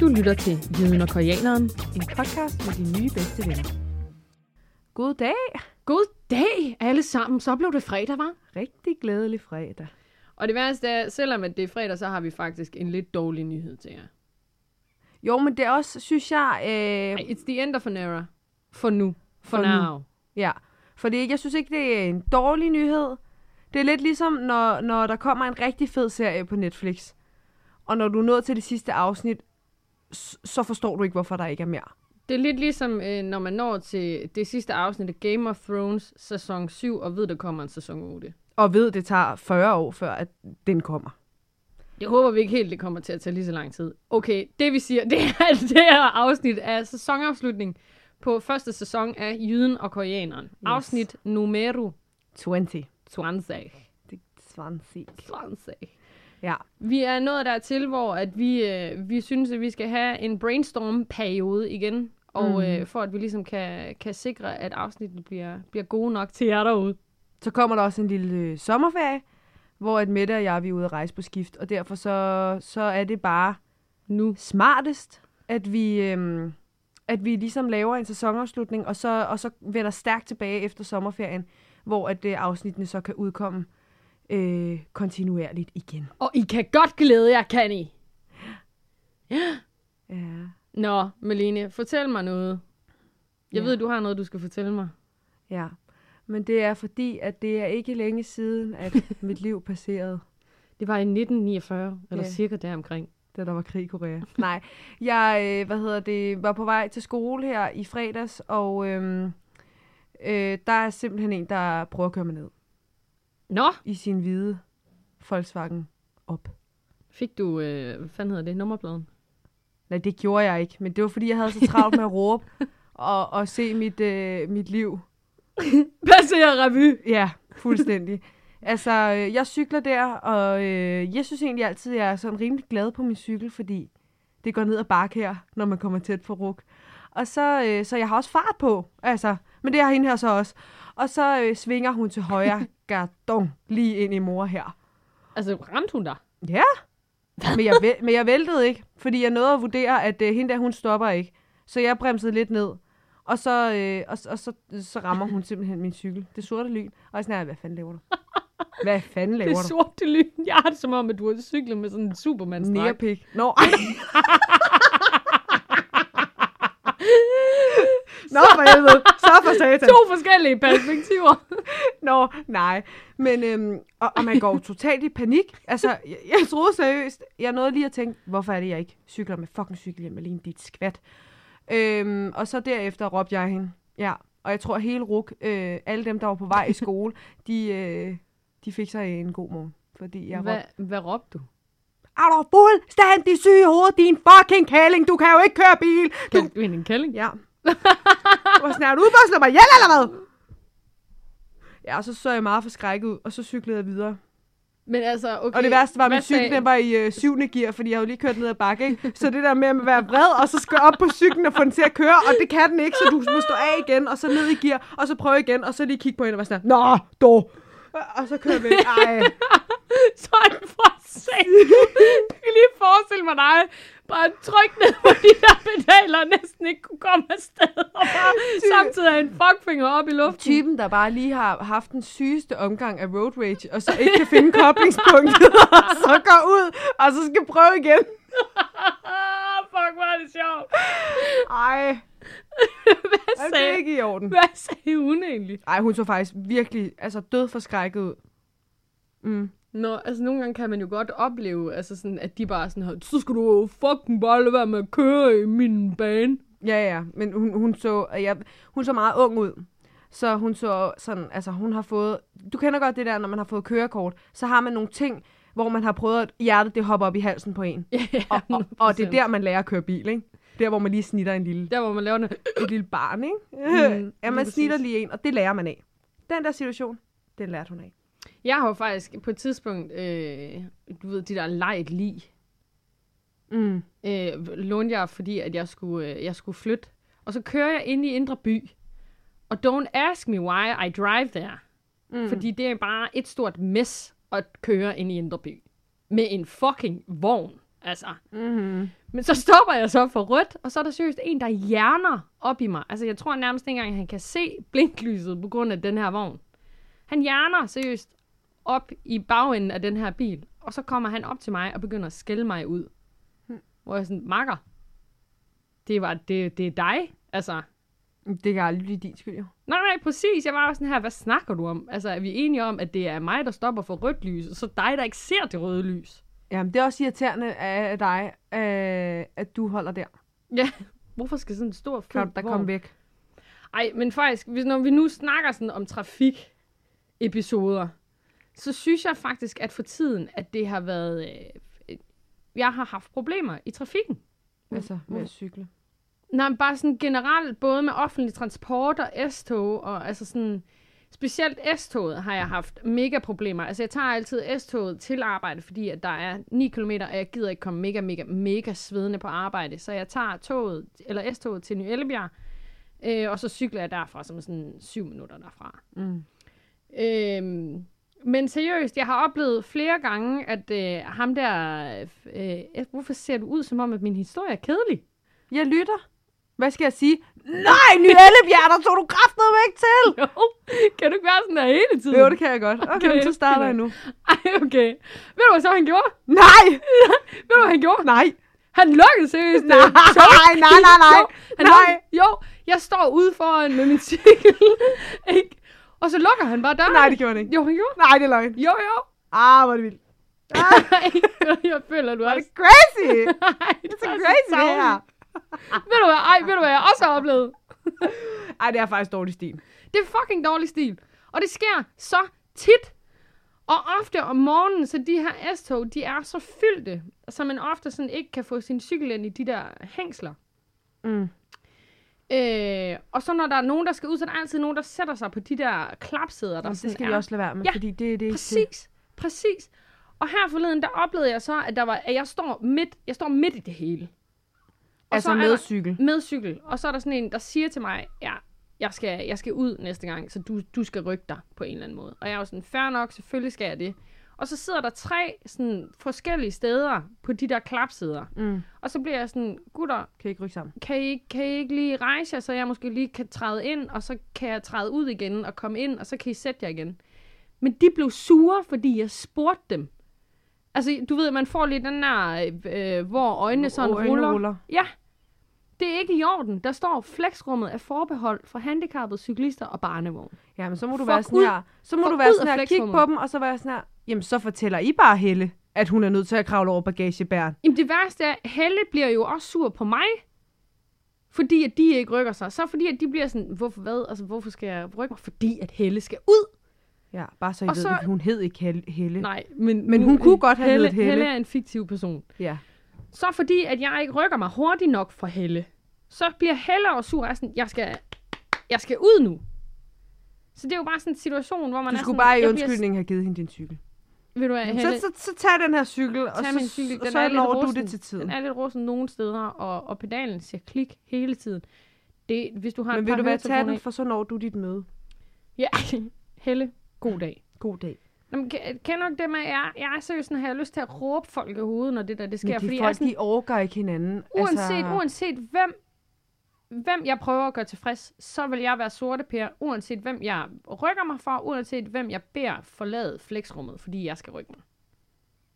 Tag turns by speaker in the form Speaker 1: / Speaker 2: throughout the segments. Speaker 1: Du lytter til Viden og Koreaneren.
Speaker 2: En podcast med dine nye bedste venner. God dag.
Speaker 1: God dag alle sammen. Så blev det fredag, var?
Speaker 2: Rigtig glædelig fredag.
Speaker 1: Og det værste er, selvom at det er fredag, så har vi faktisk en lidt dårlig nyhed til jer.
Speaker 2: Jo, men det er også, synes jeg... Øh,
Speaker 1: Ej, It's the end of an era. For nu. For,
Speaker 2: For nu.
Speaker 1: now.
Speaker 2: ja, fordi jeg synes ikke, det er en dårlig nyhed. Det er lidt ligesom, når, når der kommer en rigtig fed serie på Netflix. Og når du er nået til det sidste afsnit, s- så forstår du ikke, hvorfor der ikke er mere.
Speaker 1: Det er lidt ligesom, øh, når man når til det sidste afsnit af Game of Thrones sæson 7, og ved, der kommer en sæson 8.
Speaker 2: Og ved, det tager 40 år, før at den kommer.
Speaker 1: Jeg håber vi ikke helt, det kommer til at tage lige så lang tid. Okay, det vi siger, det er, at det her afsnit er sæsonafslutning på første sæson af Jyden og Koreaneren. Yes. Afsnit numero
Speaker 2: 20.
Speaker 1: 20.
Speaker 2: Det er 20.
Speaker 1: 20.
Speaker 2: Ja.
Speaker 1: Vi er nået dertil, hvor at vi, øh, vi synes, at vi skal have en brainstorm-periode igen. Og mm. øh, for at vi ligesom kan, kan sikre, at afsnittet bliver, bliver gode nok til jer derude.
Speaker 2: Så kommer der også en lille øh, sommerferie, hvor at Mette og jeg vi er ude at rejse på skift, og derfor så, så er det bare
Speaker 1: Nu.
Speaker 2: smartest, at vi, øhm, at vi ligesom laver en sæsonafslutning, og så, og så vender stærkt tilbage efter sommerferien, hvor at øh, afsnittene så kan udkomme øh, kontinuerligt igen.
Speaker 1: Og I kan godt glæde jer, kan I?
Speaker 2: Ja.
Speaker 1: Nå, Malene, fortæl mig noget. Jeg ja.
Speaker 2: Ja.
Speaker 1: ved, du har noget, du skal fortælle mig.
Speaker 2: ja. Men det er fordi, at det er ikke længe siden, at mit liv passerede,
Speaker 1: Det var i 1949, eller
Speaker 2: Ja.
Speaker 1: cirka deromkring.
Speaker 2: da der var krig i Korea. Nej, jeg øh, hvad hedder det, var på vej til skole her i fredags, og øhm, øh, der er simpelthen en, der prøver at køre mig ned
Speaker 1: Nå,
Speaker 2: i sin hvide Volkswagen op.
Speaker 1: fik du, øh, hvad fanden hedder det, nummerpladen?
Speaker 2: Nej, det gjorde jeg ikke, men det var fordi, jeg havde så travlt med at råbe og, og se mit, øh, mit liv.
Speaker 1: Passer revy!
Speaker 2: Ja, fuldstændig. altså, øh, jeg cykler der, og øh, jeg synes egentlig altid, jeg er sådan rimelig glad på min cykel, fordi det går ned ad bakke her, når man kommer tæt på ruk. Og så, øh, så jeg har også fart på, altså, men det har hende her så også. Og så øh, svinger hun til højre, gardon, lige ind i mor her.
Speaker 1: Altså, ramte hun dig?
Speaker 2: Ja, men jeg, væl- men jeg væltede ikke, fordi jeg nåede at vurdere, at øh, hende der, hun stopper ikke. Så jeg bremsede lidt ned, og så, øh, og, og så, så rammer hun simpelthen min cykel. Det sorte lyn. Og jeg er sådan her, hvad fanden laver du? Hvad fanden
Speaker 1: Det
Speaker 2: laver du?
Speaker 1: sorte lyn. Jeg har det som om, at du har cyklet med sådan en superman
Speaker 2: Nærpik. Nå, ej. Nå, for helvede. Så for satan.
Speaker 1: To forskellige perspektiver.
Speaker 2: Nå, nej. Men, øhm, og, og man går jo totalt i panik. Altså, jeg, jeg troede seriøst, jeg nåede lige at tænke, hvorfor er det, jeg ikke cykler med fucking cykelhjelm alene, dit skvat. Øhm, og så derefter råbte jeg hende. Ja, og jeg tror hele ruk, øh, alle dem, der var på vej i skole, de, øh, de fik sig en god morgen. Fordi jeg
Speaker 1: Hvad,
Speaker 2: råbte,
Speaker 1: hvad råbte du?
Speaker 2: er du fuldstændig syg i hovedet, din fucking kælling, du kan jo ikke køre bil. Du
Speaker 1: Kaldte du hende en kælling?
Speaker 2: Ja. Hvor snart du ude for at slå mig ihjel, eller hvad? Ja, og så så jeg meget forskrækket ud, og så cyklede jeg videre.
Speaker 1: Men altså, okay.
Speaker 2: Og det værste var, at
Speaker 1: hvad
Speaker 2: min cykel
Speaker 1: sagde-
Speaker 2: den var i øh, syvende gear, fordi jeg havde lige kørt ned ad bakke, ikke? Så det der med at være vred, og så skal op på cyklen og få den til at køre, og det kan den ikke, så du må stå af igen, og så ned i gear, og så prøve igen, og så lige kigge på hende og være sådan, her, Nå, dog. Og så kører jeg væk. Ej.
Speaker 1: Sådan for satan. Jeg kan lige forestille mig dig. Bare tryk ned på de der pedaler, og næsten ikke kunne komme afsted. Og bare samtidig have en fuckfinger op i luften.
Speaker 2: Typen, der bare lige har haft den sygeste omgang af road rage, og så ikke kan finde koblingspunktet, og så går ud, og så skal prøve igen.
Speaker 1: Ah, fuck, hvor er det sjovt.
Speaker 2: Ej.
Speaker 1: Hvad
Speaker 2: Ej, det er
Speaker 1: sagde,
Speaker 2: ikke i orden.
Speaker 1: hvad sagde hun egentlig?
Speaker 2: Nej, hun så faktisk virkelig altså død forskrækket ud. Mm.
Speaker 1: Nå, altså nogle gange kan man jo godt opleve, altså sådan, at de bare sådan her, så skal du fucking bare lade være med at køre i min bane.
Speaker 2: Ja, ja, men hun, hun, så, og jeg, hun så meget ung ud. Så hun så sådan, altså hun har fået, du kender godt det der, når man har fået kørekort, så har man nogle ting, hvor man har prøvet, at hjertet det hopper op i halsen på en.
Speaker 1: Ja,
Speaker 2: Og, og, og det er der, man lærer at køre bil, ikke? Der, hvor man lige snitter en lille,
Speaker 1: Der, hvor man laver den
Speaker 2: et lille barn, ikke?
Speaker 1: lige
Speaker 2: Mm, ja, man
Speaker 1: præcis.
Speaker 2: snitter lige en, og det lærer man af. Den der situation, den lærte hun af.
Speaker 1: Jeg har jo faktisk på et tidspunkt, øh, du ved, de der lejet lig,
Speaker 2: Mm.
Speaker 1: øh, lånte jeg, fordi at jeg skulle, øh, jeg skulle flytte. Og så kører jeg ind i Indre By. Og don't ask me why I drive there. Mm. Fordi det er bare et stort mess at køre ind i Indre By. Med en fucking vogn. Altså.
Speaker 2: Mm-hmm.
Speaker 1: Men så stopper jeg så for rødt, og så er der seriøst en, der hjerner op i mig. Altså, jeg tror nærmest ikke engang, han kan se blinklyset på grund af den her vogn. Han hjerner seriøst op i bagenden af den her bil, og så kommer han op til mig og begynder at skælde mig ud.
Speaker 2: Hm.
Speaker 1: Hvor jeg sådan, makker, det, var, det, det er dig, altså.
Speaker 2: Det kan aldrig blive din skyld, jo.
Speaker 1: Nej, nej, præcis. Jeg var også sådan her, hvad snakker du om? Altså, er vi enige om, at det er mig, der stopper for rødt lys, og så dig, der ikke ser det røde lys?
Speaker 2: Jamen, det er også irriterende af dig, øh, at du holder der.
Speaker 1: Ja, hvorfor skal sådan en stor
Speaker 2: Kan
Speaker 1: fed
Speaker 2: du da
Speaker 1: vogn-
Speaker 2: komme væk?
Speaker 1: Ej, men faktisk, hvis, når vi nu snakker sådan om trafik-episoder, så synes jeg faktisk, at for tiden, at det har været... Øh, øh, jeg har haft problemer i trafikken.
Speaker 2: Altså, med at cykle.
Speaker 1: Nej, men bare sådan generelt, både med offentlig transport og S-tog, og altså sådan... Specielt S-toget har jeg haft mega problemer. Altså, jeg tager altid S-toget til arbejde, fordi at der er 9 km, og jeg gider ikke komme mega, mega, mega svedende på arbejde. Så jeg tager toget, eller S-toget til Ny Ellebjerg, øh, og så cykler jeg derfra, som er sådan 7 minutter derfra.
Speaker 2: Mm.
Speaker 1: Øhm, men seriøst, jeg har oplevet flere gange, at øh, ham der... Øh, øh, hvorfor ser du ud som om, at min historie er kedelig?
Speaker 2: Jeg lytter. Hvad skal jeg sige? Nej, Ny Ellebjerg, der tog du kraftedet væk til!
Speaker 1: Jo, kan du ikke være sådan der hele tiden?
Speaker 2: Jo, det kan jeg godt. Okay, okay. så starter jeg nu.
Speaker 1: Ej, okay. Ved du, hvad så han gjorde?
Speaker 2: Nej!
Speaker 1: Ved du, hvad han gjorde?
Speaker 2: Nej!
Speaker 1: Han lukkede seriøst. øh,
Speaker 2: Nej,
Speaker 1: tog-
Speaker 2: nej, nej, nej, nej.
Speaker 1: Jo, han
Speaker 2: Nej.
Speaker 1: lukkede- Jo, jeg står ude foran med min cykel. ikke? Og så lukker han bare døren.
Speaker 2: Nej, det gjorde han ikke.
Speaker 1: Jo, han gjorde.
Speaker 2: Nej, det er løgn.
Speaker 1: Jo, jo.
Speaker 2: Ah, hvor er det vildt.
Speaker 1: Ej, jeg føler, du
Speaker 2: Var
Speaker 1: også...
Speaker 2: det crazy?
Speaker 1: Ej,
Speaker 2: Det er så crazy, det her.
Speaker 1: savligt. Ved du hvad? Ej, ved du hvad jeg også har oplevet?
Speaker 2: Ej, det er faktisk dårlig stil.
Speaker 1: Det er fucking dårlig stil. Og det sker så tit. Og ofte om morgenen, så de her S-tog, de er så fyldte, så man ofte sådan ikke kan få sin cykel ind i de der hængsler.
Speaker 2: Mm.
Speaker 1: Øh, og så når der er nogen, der skal ud, så er der altid nogen, der sætter sig på de der klapsæder, der
Speaker 2: Jamen, det
Speaker 1: sådan
Speaker 2: skal
Speaker 1: er.
Speaker 2: vi også lade være med,
Speaker 1: Ja,
Speaker 2: ja. fordi det, det er ikke det.
Speaker 1: Præcis, præcis. Og her forleden, der oplevede jeg så, at, der var, at jeg, står midt, jeg står midt i det hele. Og
Speaker 2: Altså
Speaker 1: så er
Speaker 2: med
Speaker 1: der-
Speaker 2: cykel.
Speaker 1: Med cykel. Og så er der sådan en, der siger til mig, ja, jeg skal, jeg skal ud næste gang, så du, du skal rykke dig på en eller anden måde. Og jeg er jo sådan, fair nok, selvfølgelig skal jeg det. Og så sidder der tre sådan, forskellige steder på de der klapsider.
Speaker 2: Mm.
Speaker 1: Og så bliver jeg sådan, gutter,
Speaker 2: Kan I ikke rykke sammen?
Speaker 1: kan I, ikke- kan I ikke lige rejse jer, så jeg måske lige kan træde ind, og så kan jeg træde ud igen og komme ind, og så kan I sætte jer igen. Men de blev sure, fordi jeg spurgte dem. Altså, du ved, man får lige den der, øh, hvor øjnene sådan
Speaker 2: Øjne
Speaker 1: ruller.
Speaker 2: ruller.
Speaker 1: Ja, det er ikke i orden. Der står, flexrummet er forbeholdt for handicappede cyklister og barnevogn.
Speaker 2: Jamen, så må du
Speaker 1: Fuck
Speaker 2: være sådan
Speaker 1: ud.
Speaker 2: her. Så må
Speaker 1: Fuck
Speaker 2: du være
Speaker 1: ud af
Speaker 2: sådan her, kigge på
Speaker 1: flexrummet.
Speaker 2: dem, og så være sådan her. Jamen, så fortæller I bare Helle, at hun er nødt til at kravle over bagagebæren.
Speaker 1: Jamen det værste er, Helle bliver jo også sur på mig, fordi at de ikke rykker sig. Så fordi at de bliver sådan, hvorfor hvad? Altså, hvorfor skal jeg rykke mig? Fordi at Helle skal ud.
Speaker 2: Ja, bare så I
Speaker 1: Og
Speaker 2: ved,
Speaker 1: så-
Speaker 2: det, hun hed ikke Helle. Helle.
Speaker 1: Nej, men,
Speaker 2: Men
Speaker 1: nu-
Speaker 2: hun kunne godt have
Speaker 1: Helle,
Speaker 2: heddet Helle.
Speaker 1: Helle er en fiktiv person.
Speaker 2: Ja.
Speaker 1: Så fordi, at jeg ikke rykker mig hurtigt nok for Helle, så bliver Helle og sur og er sådan, jeg skal, jeg skal ud nu. Så det er jo bare sådan en situation, hvor man
Speaker 2: Du
Speaker 1: er
Speaker 2: skulle
Speaker 1: sådan,
Speaker 2: bare i
Speaker 1: jeg
Speaker 2: undskyldning have givet hende din cykel.
Speaker 1: Bliver, ved du hvad,
Speaker 2: Så,
Speaker 1: Helle,
Speaker 2: så, så tag den her cykel, og
Speaker 1: Tag
Speaker 2: så,
Speaker 1: min cykel.
Speaker 2: og
Speaker 1: Den
Speaker 2: så
Speaker 1: er lidt
Speaker 2: lover du
Speaker 1: rusten.
Speaker 2: det til tiden.
Speaker 1: den er lidt rusten nogle steder, og, og pedalen siger klik hele tiden. Det, hvis du har
Speaker 2: Men
Speaker 1: et
Speaker 2: vil
Speaker 1: par
Speaker 2: du være
Speaker 1: høretelefoner
Speaker 2: tage den,
Speaker 1: i-
Speaker 2: for så når du dit møde.
Speaker 1: Ja, Helle, god dag.
Speaker 2: God dag.
Speaker 1: Nå, men ke- kender du ikke det med, at jeg, jeg er seriøst sådan, har jeg lyst til at råbe folk i hovedet, når det der det
Speaker 2: Men
Speaker 1: sker?
Speaker 2: de
Speaker 1: fordi jeg er
Speaker 2: folk,
Speaker 1: sådan,
Speaker 2: de orker ikke hinanden.
Speaker 1: Uanset, altså... uanset hvem, hvem jeg prøver at gøre tilfreds, så vil jeg være sorte pære, uanset hvem jeg rykker mig for, uanset hvem jeg beder forlade flexrummet, fordi jeg skal rykke mig.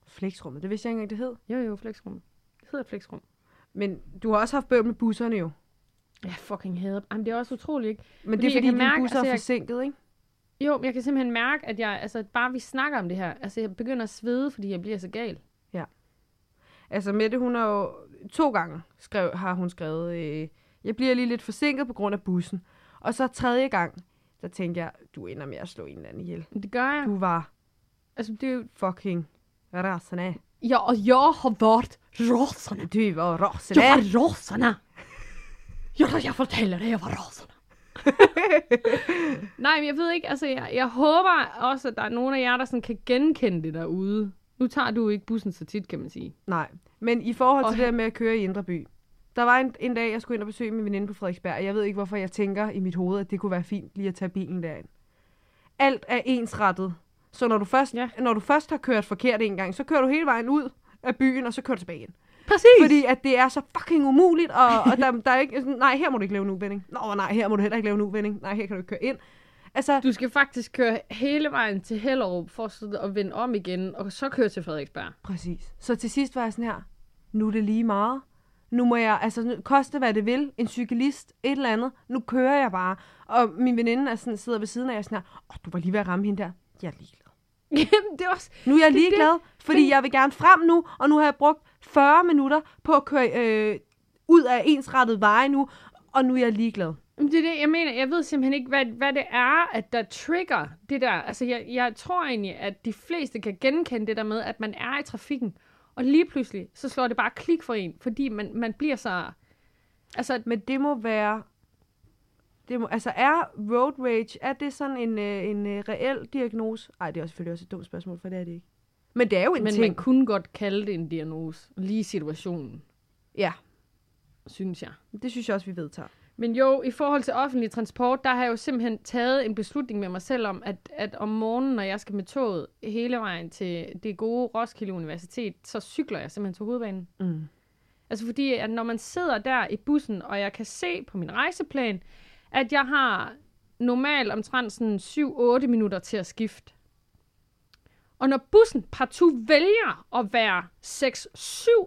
Speaker 2: Flexrummet, det vidste jeg ikke engang, det hed.
Speaker 1: Jo, jo, flexrummet. Det hedder flexrum.
Speaker 2: Men du har også haft bøvl med busserne jo.
Speaker 1: Jeg fucking hader dem. Jamen, det er også utroligt, ikke?
Speaker 2: Men
Speaker 1: Fordi
Speaker 2: det er
Speaker 1: jeg
Speaker 2: fordi,
Speaker 1: kan
Speaker 2: din
Speaker 1: mærke,
Speaker 2: busser
Speaker 1: altså,
Speaker 2: er
Speaker 1: jeg-
Speaker 2: forsinket, ikke?
Speaker 1: Jo, men jeg kan simpelthen mærke, at jeg, altså bare vi snakker om det her, altså jeg begynder at svede, fordi jeg bliver så gal.
Speaker 2: Altså Mette, hun har jo to gange skrev, har hun skrevet, øh, jeg bliver lige lidt forsinket på grund af bussen. Og så tredje gang, der tænkte jeg, du ender med at slå en eller anden ihjel.
Speaker 1: Men det gør jeg.
Speaker 2: Du var
Speaker 1: Altså, det er jo...
Speaker 2: fucking rasende.
Speaker 1: Ja, og jeg har været rasende.
Speaker 2: Du var rasende.
Speaker 1: Jeg var rasende. Jo, jeg fortæller det, jeg var rasende. Nej, men jeg ved ikke, altså jeg, jeg håber også, at der er nogen af jer, der sådan kan genkende det derude. Nu tager du ikke bussen så tit, kan man sige.
Speaker 2: Nej, men i forhold
Speaker 1: Og
Speaker 2: til det
Speaker 1: han-
Speaker 2: der med at køre i Indre By. Der var en, en dag, jeg skulle ind og besøge min veninde på Frederiksberg, og jeg ved ikke, hvorfor jeg tænker i mit hoved, at det kunne være fint lige at tage bilen derind. Alt er ensrettet. Så når du først,
Speaker 1: Ja.
Speaker 2: ja. når du først har kørt forkert en gang, så kører du hele vejen ud af byen, og så kører tilbage igen.
Speaker 1: Præcis. Fordi...
Speaker 2: Fordi at det er så fucking umuligt, og, og der, der er ikke... sådan, Nej, her må du ikke lave en uvending. Nå, nej, her må du heller ikke lave en uvending. Nej, her kan du ikke køre ind. Altså,
Speaker 1: Du skal faktisk køre hele vejen til Hellerup for så at vende om igen, og så køre til Frederiksberg.
Speaker 2: Præcis. Så til sidst var jeg sådan her, nu er det lige meget. Nu må jeg, altså nu- koste hvad det vil, en cyklist, et eller andet, nu kører jeg bare. Og min veninde er sådan, sidder ved siden af, og er sådan her, åh, du var lige ved at ramme hende der. Jeg er ligeglad.
Speaker 1: Jamen, det er også...
Speaker 2: Nu er jeg
Speaker 1: Det er
Speaker 2: ligeglad, fordi
Speaker 1: Men-
Speaker 2: jeg vil gerne frem nu, og nu har jeg brugt 40 minutter på at køre øh, ud af ensrettede veje nu, og nu er jeg ligeglad.
Speaker 1: Jamen, Det er det, jeg mener. Jeg ved simpelthen ikke, hvad, hvad det er, at der trigger det der. Altså, jeg, jeg tror egentlig, at de fleste kan genkende det der med, at man er i trafikken, og lige pludselig, så slår det bare klik for en, fordi man, man bliver så... Altså,
Speaker 2: Men det må være... Det må, altså er road rage, er det sådan en, øh, en øh, reel diagnose? Nej, det er også selvfølgelig også et dumt spørgsmål, for det er det ikke. Men det er jo en
Speaker 1: men
Speaker 2: ting.
Speaker 1: man kunne godt kalde det en diagnose. Lige situationen,
Speaker 2: Ja,
Speaker 1: synes jeg.
Speaker 2: det synes jeg også, vi vedtager.
Speaker 1: Men jo, i forhold til offentlig transport, der har jeg jo simpelthen taget en beslutning med mig selv om, at, at om morgenen, når jeg skal med toget hele vejen til det gode Roskilde Universitet, så cykler jeg simpelthen til hovedbanen.
Speaker 2: Mm.
Speaker 1: Altså fordi, at når man sidder der i bussen, og jeg kan se på min rejseplan, at jeg har normalt omtrent sådan 7-8 minutter til at skifte. Og når bussen partout vælger at være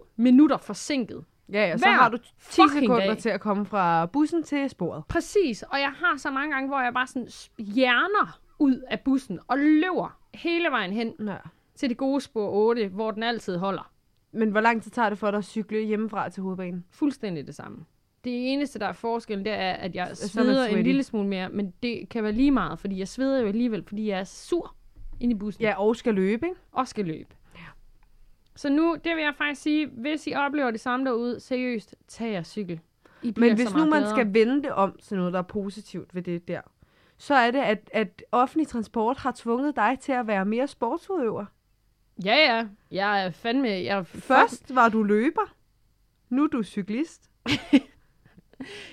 Speaker 1: 6-7 minutter forsinket,
Speaker 2: Ja, ja, så
Speaker 1: Hver
Speaker 2: har du 10
Speaker 1: fucking
Speaker 2: sekunder
Speaker 1: dag.
Speaker 2: til at komme fra bussen til sporet.
Speaker 1: Præcis, og jeg har så mange gange, hvor jeg bare sådan hjerner ud af bussen og løber hele vejen hen
Speaker 2: Ja.
Speaker 1: til det gode spor 8, hvor den altid holder.
Speaker 2: Men hvor lang tid tager det for dig at cykle hjemmefra til hovedbanen?
Speaker 1: Fuldstændig det samme. Det eneste, der er forskellen, det er, at jeg
Speaker 2: Så er man
Speaker 1: sveder en
Speaker 2: sweaty.
Speaker 1: lille smule mere, men det kan være lige meget, fordi jeg sveder jo alligevel, fordi jeg er sur inde i bussen
Speaker 2: Ja, og skal løbe, ikke?
Speaker 1: og skal løbe. Så nu, det vil jeg faktisk sige, hvis I oplever det samme derude, seriøst, tag jer cykel. I bliver
Speaker 2: Men hvis
Speaker 1: så
Speaker 2: nu
Speaker 1: meget
Speaker 2: man
Speaker 1: gladere.
Speaker 2: skal vende det om til noget, der er positivt ved det der, så er det, at, at offentlig transport har tvunget dig til at være mere sportsudøver.
Speaker 1: Ja, ja. Jeg er fandme... Jeg er
Speaker 2: Først var du løber, nu er du cyklist. What's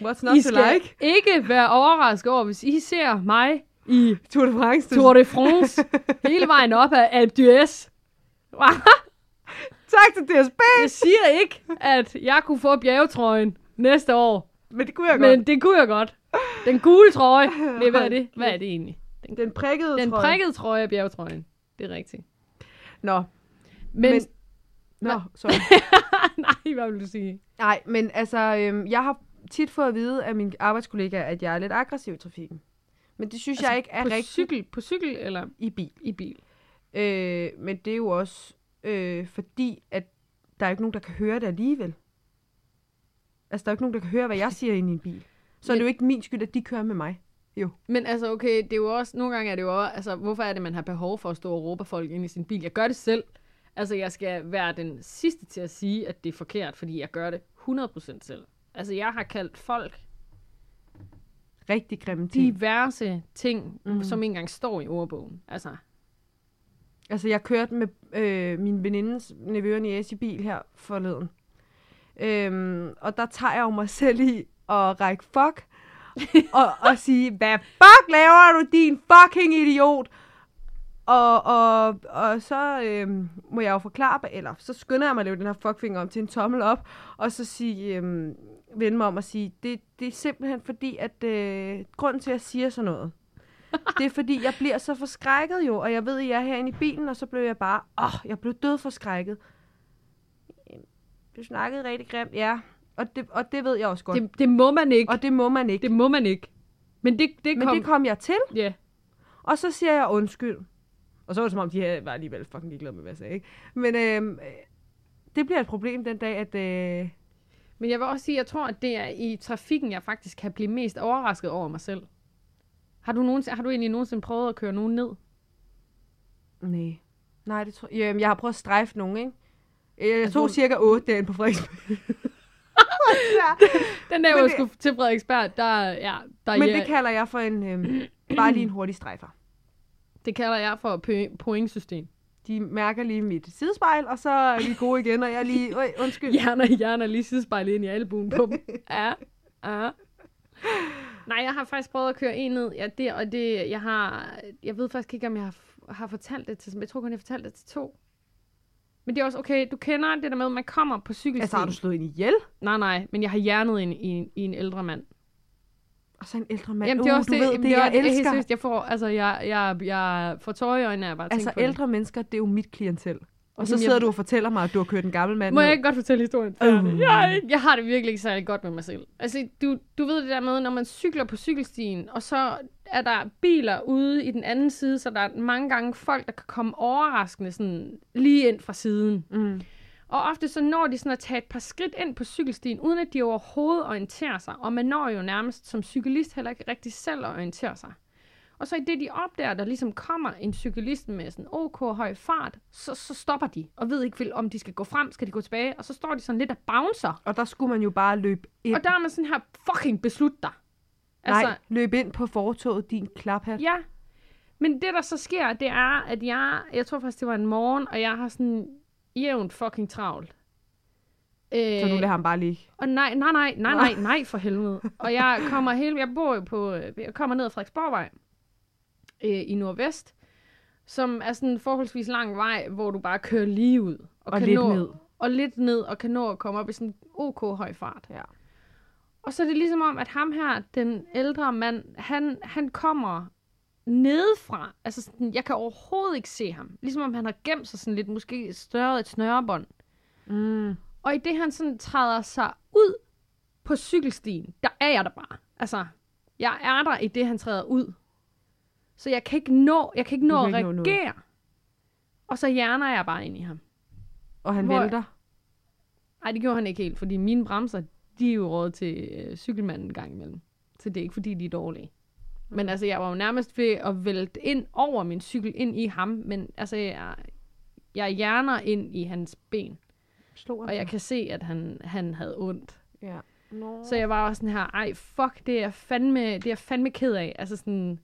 Speaker 2: not
Speaker 1: I
Speaker 2: to
Speaker 1: skal
Speaker 2: like?
Speaker 1: ikke være overrasket over, hvis I ser mig i
Speaker 2: Tour de France. du-
Speaker 1: Tour de France hele vejen op ad Alpe d'Huez.
Speaker 2: Tak til DSB!
Speaker 1: Jeg siger ikke, at jeg kunne få bjergetrøjen næste år,
Speaker 2: Men det kunne jeg godt.
Speaker 1: men det kunne jeg godt. Den gule trøje, det, hvad er det? Hvad er det egentlig?
Speaker 2: Den prikkede,
Speaker 1: Den
Speaker 2: tror jeg.
Speaker 1: prikkede trøje er bjergetrøjen. Det er rigtigt.
Speaker 2: Nå,
Speaker 1: Men, men...
Speaker 2: Men- Nå, sorry.
Speaker 1: nej, hvad vil du sige?
Speaker 2: Nej, men altså, øhm, jeg har tit fået at vide af mine arbejdskollegaer, at jeg er lidt aggressiv i trafikken. Men det synes altså, jeg ikke er
Speaker 1: på
Speaker 2: rigtigt
Speaker 1: cykel, på cykel eller
Speaker 2: i bil.
Speaker 1: i bil?
Speaker 2: Øh, men det er jo også øh, fordi, at der er ikke nogen, der kan høre det alligevel. Altså, der er jo ikke nogen, der kan høre, hvad jeg siger inde i en bil. Så men... er
Speaker 1: Men-
Speaker 2: det jo ikke min skyld, at de kører med mig.
Speaker 1: Men altså, okay, det er jo også, nogle gange er det jo også, altså, hvorfor er det, man har behov for at stå og råbe folk ind i sin bil? Jeg gør det selv. Altså, jeg skal være den sidste til at sige, at det er forkert, fordi jeg gør det 100% selv. Altså, jeg har kaldt folk
Speaker 2: Rigtig grimme ting. De...
Speaker 1: diverse ting,
Speaker 2: Mhm.
Speaker 1: mm. som ikke engang står i ordbogen. Altså,
Speaker 2: Altså, jeg kørte med øh, min venindes nevøer i i bil her forleden. Øhm, og der tager jeg jo mig selv i at række fuck. og, og sige, hvad fuck laver du, din fucking idiot? Og, og, og så øhm, må jeg jo forklare, eller så skynder jeg mig at lave den her fuckfinger om til en tommel op, og så sige, øhm, vende mig om og sige, det, det er simpelthen fordi, at øh, grunden til, at jeg siger sådan noget, det er fordi, jeg bliver så forskrækket jo, og jeg ved, at jeg er herinde i bilen, og så blev jeg bare, åh, oh, jeg blev død forskrækket. Du snakkede rigtig grimt, ja. Og det, og det ved jeg også godt.
Speaker 1: det, det må man ikke.
Speaker 2: Og det må man ikke.
Speaker 1: Det må man ikke. Men det, det
Speaker 2: Men
Speaker 1: kom...
Speaker 2: det kom jeg til,
Speaker 1: Ja.
Speaker 2: og så siger jeg undskyld. Og så var det som om, de her var alligevel fucking ligeglade med, hvad jeg sagde. Ikke? Men øhm, øh, det bliver et problem den dag, at... Øh,
Speaker 1: Men jeg vil også sige, at jeg tror, at det er i trafikken, jeg faktisk kan blive mest overrasket over mig selv. Har du, nogensinde, har du egentlig nogensinde prøvet at køre nogen ned?
Speaker 2: nej. Nej, det tror jeg... Jamen, jeg har prøvet at strejfe nogen, ikke? Øh, Jeg
Speaker 1: Altså,
Speaker 2: tog
Speaker 1: hvor-
Speaker 2: cirka 8 dagen på Frederiksberg.
Speaker 1: Den der,
Speaker 2: Men
Speaker 1: hvor jeg
Speaker 2: det-
Speaker 1: skulle til Frederiksberg, der, ja, der
Speaker 2: Men
Speaker 1: ja,
Speaker 2: det kalder jeg for en... Øh, bare lige en hurtig strejfer.
Speaker 1: det kalder jeg for po- pointsystem.
Speaker 2: De mærker lige mit sidespejl, og så er vi gode igen, og jeg er lige... Øj, undskyld.
Speaker 1: Hjerner i hjerner lige sidespejlet ind i albuen på dem. Ja, ja. Nej, jeg har faktisk prøvet at køre en ned. Ja, det, og det, jeg, har, jeg ved faktisk ikke, om jeg har, har fortalt det til... Jeg tror kun, jeg fortalte det til to. Men det er også okay, du kender det der med, at man kommer på cykelstien.
Speaker 2: Altså, har du slået en ihjel?
Speaker 1: Nej, nej, men jeg har hjernet i en, i en, i en ældre mand.
Speaker 2: Og så Altså, en ældre mand. Jamen, det er også uh, du det, ved, det,
Speaker 1: er
Speaker 2: jeg
Speaker 1: også- helt
Speaker 2: elsker.
Speaker 1: seriøst, jeg får, altså, jeg, jeg, jeg får tårer i øjnene, af bare at
Speaker 2: altså,
Speaker 1: tænke på
Speaker 2: ældre mennesker, det er jo mit klientel. Og så
Speaker 1: Jamen, jeg-
Speaker 2: sidder du og fortæller mig, at du har kørt en gammel mand.
Speaker 1: det. Må
Speaker 2: ned.
Speaker 1: jeg ikke godt fortælle historien?
Speaker 2: Øh.
Speaker 1: Uh. Jeg, jeg har det virkelig ikke særlig godt med mig selv. Altså, du, du ved det der med, når man cykler på cykelstien, og så er der biler ude i den anden side, så der er mange gange folk, der kan komme overraskende sådan lige ind fra siden.
Speaker 2: Mm.
Speaker 1: Og ofte så når de sådan at tage et par skridt ind på cykelstien, uden at de overhovedet orienterer sig. Og man når jo nærmest som cyklist heller ikke rigtig selv at orientere sig. Og så i det, de opdager, der ligesom kommer en cyklist med sådan ok høj fart, så, så stopper de og ved ikke, vil- om de skal gå frem, skal de gå tilbage, og så står de sådan lidt og bouncer.
Speaker 2: Og der skulle man jo bare løbe ind.
Speaker 1: Og der er man sådan her, fucking beslut dig.
Speaker 2: Nej, altså... løb ind på fortoget, din klaphat.
Speaker 1: Ja. Men det, der så sker, det er, at jeg... Jeg tror faktisk, det var en morgen, og jeg har sådan jævnt fucking travlt. Øh,
Speaker 2: Så du lader ham bare lige.
Speaker 1: Og nej, nej, nej, nej, nej, nej for helvede. Og jeg kommer hele, jeg bor jo på, øh, jeg kommer ned ad Frederiksborgvej øh, i Nordvest, som er sådan en forholdsvis lang vej, hvor du bare kører lige ud.
Speaker 2: Og lidt
Speaker 1: nå,
Speaker 2: ned.
Speaker 1: Og lidt ned, og kan nå at komme op i sådan en ok høj fart.
Speaker 2: Ja.
Speaker 1: Og så er det ligesom om, at ham her, den ældre mand, han, han kommer nedefra. Altså, sådan, jeg kan overhovedet ikke se ham. Ligesom om han har gemt sig sådan lidt, måske større et snørebånd.
Speaker 2: Mm.
Speaker 1: Og i det, han sådan træder sig ud på cykelstien, der er jeg der bare. Altså, jeg er der i det, han træder ud. Så jeg kan ikke nå, jeg kan ikke
Speaker 2: Du
Speaker 1: nå
Speaker 2: kan
Speaker 1: at
Speaker 2: ikke nå noget.
Speaker 1: reagere. og så hjerner jeg bare ind i ham.
Speaker 2: Og han
Speaker 1: Hvor-
Speaker 2: vælter.
Speaker 1: Nej, det gjorde han ikke helt, fordi mine bremser, de er jo råd til øh, cykelmanden en gang imellem. Så det er ikke, fordi de er dårlige. Men altså, jeg var jo nærmest ved at vælte ind over min cykel, ind i ham. Men altså, jeg, jeg hjerner ind i hans ben.
Speaker 2: Slog
Speaker 1: Og jeg kan se, at han, han havde ondt.
Speaker 2: Ja. No.
Speaker 1: Så jeg var også sådan her, ej fuck, det er jeg fandme, det er jeg fandme ked af. Altså sådan,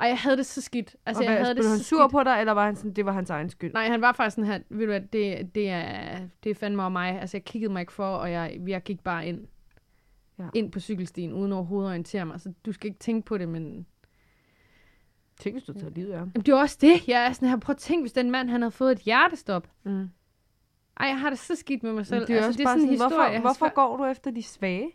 Speaker 1: ej jeg havde det så skidt. Altså
Speaker 2: og
Speaker 1: jeg
Speaker 2: hvad,
Speaker 1: havde det
Speaker 2: blev han
Speaker 1: så
Speaker 2: sur
Speaker 1: skidt.
Speaker 2: på dig, eller var han sådan, det var hans egen skyld?
Speaker 1: Nej, han var faktisk sådan her, ved du hvad, det, det, er, det er fandme over mig. Altså jeg kiggede mig ikke for, og jeg, jeg gik bare ind.
Speaker 2: Ja.
Speaker 1: Ja. Ind på cykelstien, uden overhovedet at orientere mig. Så du skal ikke tænke på det, men...
Speaker 2: Tænk, hvis du tager livet af ham.
Speaker 1: Jamen, det er også det. Jeg er sådan her, prøv at tænke, hvis den mand, han havde fået et hjertestop.
Speaker 2: Mm.
Speaker 1: Ej, jeg har det så skidt med mig selv.
Speaker 2: Men det er altså, også det er bare
Speaker 1: en
Speaker 2: sådan, hvorfor,
Speaker 1: jeg har
Speaker 2: hvorfor
Speaker 1: svært-
Speaker 2: går du efter de svage?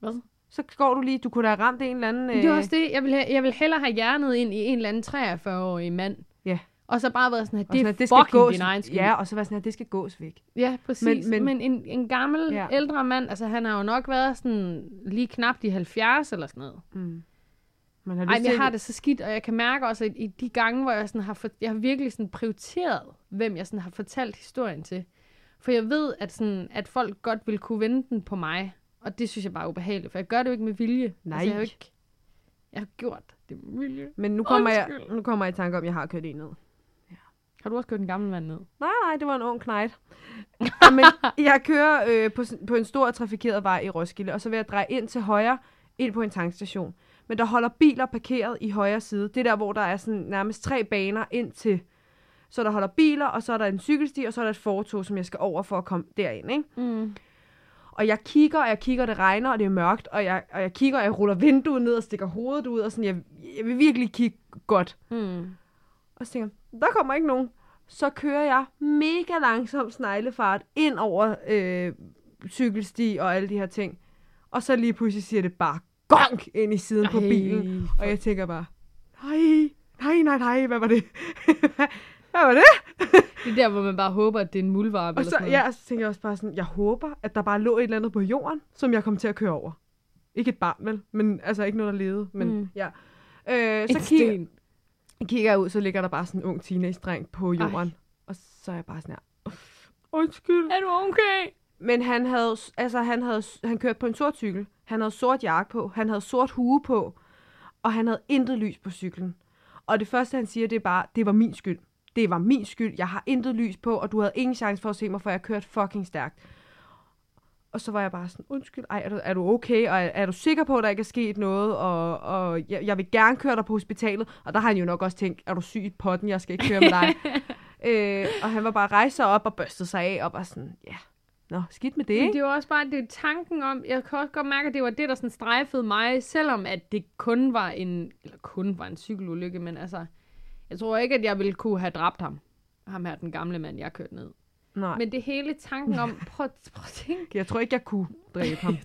Speaker 1: Hvad?
Speaker 2: Så går du lige, du kunne da have ramt en eller anden... øh,
Speaker 1: Men Det er også det. Jeg vil, ha- jeg vil hellere have hjernet ind i en eller anden 43-årig mand.
Speaker 2: Ja.
Speaker 1: Og så bare været sådan, at
Speaker 2: og
Speaker 1: det er
Speaker 2: sådan, at
Speaker 1: det fucking din egen skyld.
Speaker 2: Ja, og så var sådan, at det skal gås væk.
Speaker 1: ja præcis. Men,
Speaker 2: Men- men-
Speaker 1: men, men en, en gammel,
Speaker 2: Ja.
Speaker 1: ja. ældre mand, altså han har jo nok været sådan lige knap de 70 eller sådan noget.
Speaker 2: Mm. Man har
Speaker 1: Ej, men jeg har
Speaker 2: det.
Speaker 1: det så skidt, og jeg kan mærke også, at i de gange, hvor jeg, sådan har, for, jeg har virkelig sådan prioriteret, hvem jeg sådan har fortalt historien til. For jeg ved, at, sådan, at folk godt vil kunne vente den på mig, og det synes jeg bare er ubehageligt, for jeg gør det jo ikke med vilje.
Speaker 2: Nej.
Speaker 1: Altså, jeg, har jo ikke, jeg har gjort det med vilje.
Speaker 2: Men nu kommer, jeg,
Speaker 1: Undskyld.
Speaker 2: nu kommer jeg i tanke om, at jeg har kørt en ned.
Speaker 1: Har du også kørt en gammel mand ned?
Speaker 2: Nej, nej, det var en ung knejt. Men jeg kører øh, på, s- på en stor trafikeret vej i Roskilde, og så vil jeg dreje ind til højre, ind på en tankstation. Men der holder biler parkeret i højre side. Det er der, hvor der er sådan nærmest tre baner ind til. Så der holder biler, og så er der en cykelsti, og så er der et fortog, som jeg skal over for at komme derind. Ikke?
Speaker 1: Mm.
Speaker 2: Og jeg kigger, og jeg kigger, og det regner, og det er mørkt, og jeg, og jeg kigger, og jeg ruller vinduet ned og stikker hovedet ud, og sådan, jeg, jeg vil virkelig kigge godt.
Speaker 1: Mm.
Speaker 2: Og så tænker jeg, der kommer ikke nogen. Så kører jeg mega langsom sneglefart ind over øh, cykelsti og alle de her ting. Og så lige pludselig siger det bare gong ind i siden Ej, på
Speaker 1: Ej,
Speaker 2: bilen.
Speaker 1: fuck.
Speaker 2: Og jeg tænker bare, nej, nej, nej, nej, hvad var det? hvad var det?
Speaker 1: Det er der, hvor man bare håber, at det er en muldvarp
Speaker 2: og
Speaker 1: eller
Speaker 2: så,
Speaker 1: sådan noget.
Speaker 2: ja, og så tænker jeg også bare sådan, jeg håber, at der bare lå et eller andet på jorden, som jeg kom til at køre over. Ikke et barn, vel? Men altså ikke noget, der levede. Men mm.
Speaker 1: Mm.
Speaker 2: ja. Øh, så
Speaker 1: En
Speaker 2: kigger,
Speaker 1: sten.
Speaker 2: kigger jeg ud, så ligger der bare sådan en ung teenage-dreng på jorden. Ej. Og så er jeg bare sådan her, undskyld.
Speaker 1: Er du okay?
Speaker 2: Men han havde, altså han havde, han kørte på en sort cykel. Han havde sort jakke på, han havde sort hue på, og han havde intet lys på cyklen. Og det første, han siger, det er bare, det var min skyld. Det var min skyld, jeg har intet lys på, og du havde ingen chance for at se mig, for jeg kørte fucking stærkt. Og så var jeg bare sådan, undskyld, ej, er du, er du okay, og er, er du sikker på, at der ikke er sket noget, og, og jeg, jeg vil gerne køre dig på hospitalet. Og der har han jo nok også tænkt, er du syg i potten, jeg skal ikke køre med dig. øh, og han var bare rejst sig op og børstede sig af, og var sådan, ja, nå, skidt med det,
Speaker 1: Men
Speaker 2: ikke?
Speaker 1: det er jo også bare det er tanken om, jeg kan også godt mærke, at det var det, der sådan strejfede mig, selvom at det kun var en, eller kun var en cykelulykke, men altså, jeg tror ikke, at jeg ville kunne have dræbt ham. ham her, den gamle mand, jeg kørte ned.
Speaker 2: Nej, Men...
Speaker 1: Men det hele tanken om, prøv, prøv at tænke,
Speaker 2: jeg tror ikke, jeg kunne dræbe ham.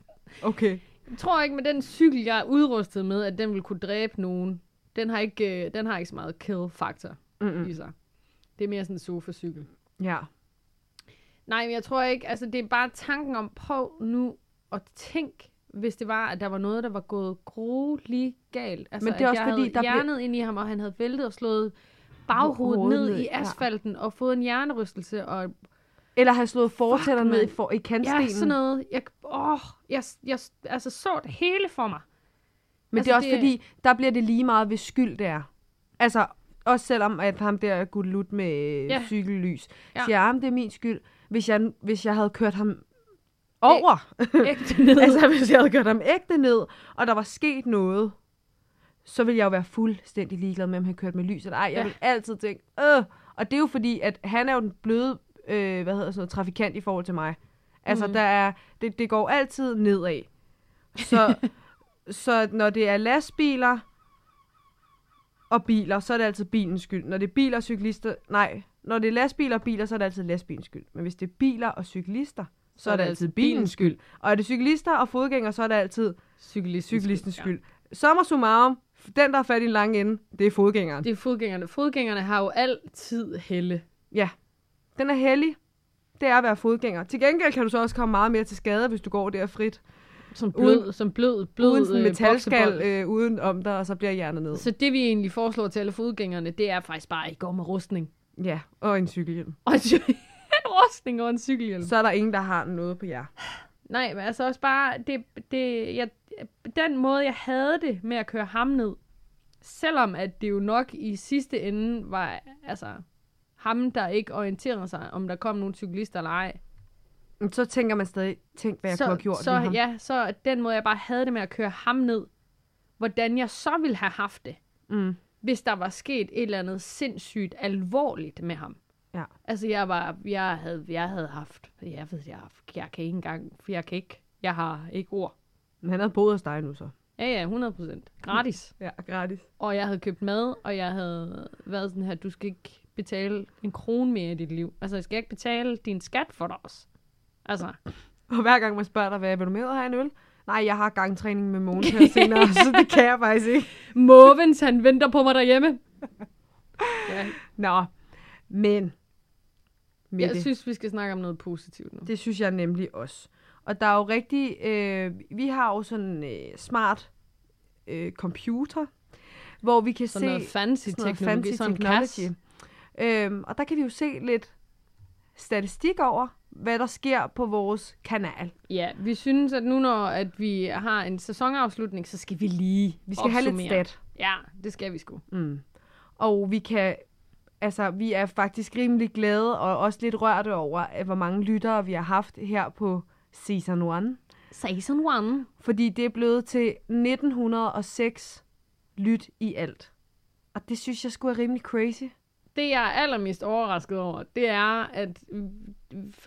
Speaker 2: Okay.
Speaker 1: jeg tror ikke med den cykel, jeg er udrustet med, at den vil kunne dræbe nogen. Den har ikke, øh, den har ikke så meget kill-faktor
Speaker 2: Mm-mm.
Speaker 1: i sig. Det er mere sådan en sofa-cykel.
Speaker 2: Ja.
Speaker 1: Nej, men jeg tror ikke, altså det er bare tanken om, prøv nu at tænk, hvis det var, at der var noget, der var gået grueligt galt. Altså,
Speaker 2: Men det er
Speaker 1: at
Speaker 2: også
Speaker 1: jeg
Speaker 2: fordi,
Speaker 1: havde
Speaker 2: der bliver-
Speaker 1: hjernet ind i ham, og han havde væltet og slået baghovedet
Speaker 2: Hovedet
Speaker 1: ned
Speaker 2: ned,
Speaker 1: i
Speaker 2: ja.
Speaker 1: asfalten og fået en hjernerystelse. Og,
Speaker 2: Eller have slået fortænderne ned i,
Speaker 1: mand.
Speaker 2: for, i kantstenen.
Speaker 1: ja, sådan noget. Jeg, åh, jeg, jeg altså, så det hele for mig.
Speaker 2: Men altså,
Speaker 1: Altså,
Speaker 2: det er også det...
Speaker 1: det-
Speaker 2: fordi, der bliver det lige meget, hvis skyld det er. Altså, også selvom at ham der kunne lut med ja.
Speaker 1: Ja.
Speaker 2: cykellys. Ja.
Speaker 1: Ja.
Speaker 2: Siger, "Ah, men det er min skyld. Hvis jeg, hvis jeg havde kørt ham over,
Speaker 1: Ægte ned.
Speaker 2: altså hvis jeg havde kørt ham ægte ned, og der var sket noget, så ville jeg jo være fuldstændig ligeglad med, om han kørte med lys eller ej. Jeg ja.
Speaker 1: Ja.
Speaker 2: ville altid tænke, øh. Og det er jo fordi, at han er jo den bløde, øh, hvad hedder sådan noget, trafikant i forhold til mig. Altså, mm.
Speaker 1: Mhm.
Speaker 2: der er, det, det går altid nedad. Så, så når det er lastbiler og biler, så er det altid bilens skyld. Når det er biler og cyklister, nej, når det er lastbiler og biler, så er det altid lastbilens skyld. Men hvis det er biler og cyklister, så, så er det altid bilens skyld. Og er det cyklister og fodgængere, så er det altid
Speaker 1: Cyklist,
Speaker 2: cyklistens skyld. Summer summarum, den der har fat i den lange ende, det er fodgængeren.
Speaker 1: Det er fodgængerne. Fodgængerne har jo altid helle.
Speaker 2: Ja, den er heldig. Det er at være fodgænger. Til gengæld kan du så også komme meget mere til skade, hvis du går der frit.
Speaker 1: Som blød, som blød, blød
Speaker 2: uden sådan
Speaker 1: øh,
Speaker 2: en metalskal
Speaker 1: boksebold.
Speaker 2: øh, uden om dig, og så bliver hjernet ned.
Speaker 1: Så det, vi egentlig foreslår til alle fodgængerne, det er faktisk bare, at I går med rustning.
Speaker 2: Ja, og en cykelhjelm.
Speaker 1: Og en cy- en rustning og en cykelhjelm.
Speaker 2: Så er der ingen, der har noget på jer.
Speaker 1: Nej, men altså også bare, det, det, jeg, den måde, jeg havde det med at køre ham ned, selvom at det jo nok i sidste ende var, altså, ham, der ikke orienterede sig, om der kom nogle cyklister eller ej.
Speaker 2: Men Så tænker man stadig, tænk hvad jeg
Speaker 1: så,
Speaker 2: så, kunne have gjort
Speaker 1: så,
Speaker 2: ved ham.
Speaker 1: Ja, så at den måde, jeg bare havde det med at køre ham ned, hvordan jeg så ville have haft det,
Speaker 2: Mm.
Speaker 1: hvis der var sket et eller andet sindssygt alvorligt med ham.
Speaker 2: Ja.
Speaker 1: Altså, jeg var, jeg havde, jeg havde haft, jeg ved, jeg, har haft- jeg kan ikke engang, jeg kan ikke, jeg har ikke ord.
Speaker 2: Men han havde boet hos dig nu så.
Speaker 1: Ja, ja, 100 procent. Gratis.
Speaker 2: Ja, gratis.
Speaker 1: Og jeg havde købt mad, og jeg havde været sådan her, du skal ikke betale en krone mere i dit liv. Altså, jeg skal ikke betale din skat for dig også. Altså,
Speaker 2: Og hver gang man spørger dig, hvad vil du med at have en øl? Nej, jeg har gangtræning med Mogens her senere, så det kan jeg faktisk ikke.
Speaker 1: Måvens, han venter på mig derhjemme. Ja,
Speaker 2: Nå, men med
Speaker 1: jeg
Speaker 2: det,
Speaker 1: synes, vi skal snakke om noget positivt nu.
Speaker 2: det synes jeg nemlig også. Og der er jo rigtig, øh, vi har jo sådan en øh, smart øh, computer, hvor vi kan
Speaker 1: Sådan
Speaker 2: se
Speaker 1: noget fancy
Speaker 2: sådan noget
Speaker 1: teknologi, sådan en kasse.
Speaker 2: Øhm, og der kan vi jo se lidt statistik over, hvad der sker på vores kanal.
Speaker 1: Ja, vi synes, at nu når at vi har en sæsonafslutning, så skal vi lige
Speaker 2: Vi skal Opsummere. have lidt
Speaker 1: opsummere.
Speaker 2: stat.
Speaker 1: Ja, det skal vi sgu.
Speaker 2: Mm. Og vi kan, altså vi er faktisk rimelig glade og også lidt rørte over, at hvor mange lyttere vi har haft her på Season 1.
Speaker 1: Season 1.
Speaker 2: Fordi det er blevet til 1906 lyt i alt. Og det synes jeg skulle er rimelig crazy.
Speaker 1: Det, jeg er allermest overrasket over, det er, at øh,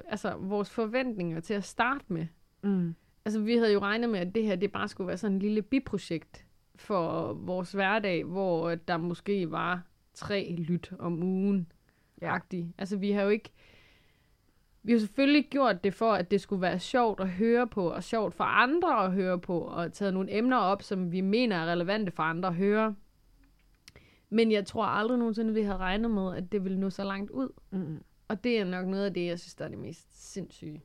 Speaker 1: altså, vores forventninger til at starte med,
Speaker 2: Mm.
Speaker 1: altså vi havde jo regnet med, at det her, det bare skulle være sådan en lille biprojekt for vores hverdag, hvor at der måske var tre lyt om ugen.
Speaker 2: Ja.
Speaker 1: Ja. Altså vi har jo ikke, vi har selvfølgelig gjort det for, at det skulle være sjovt at høre på, og sjovt for andre at høre på, og taget nogle emner op, som vi mener er relevante for andre at høre. Men jeg tror aldrig nogensinde, vi havde regnet med, at det ville nå så langt ud.
Speaker 2: Mm.
Speaker 1: Og det er nok noget af det, jeg synes, der er det mest sindssyge.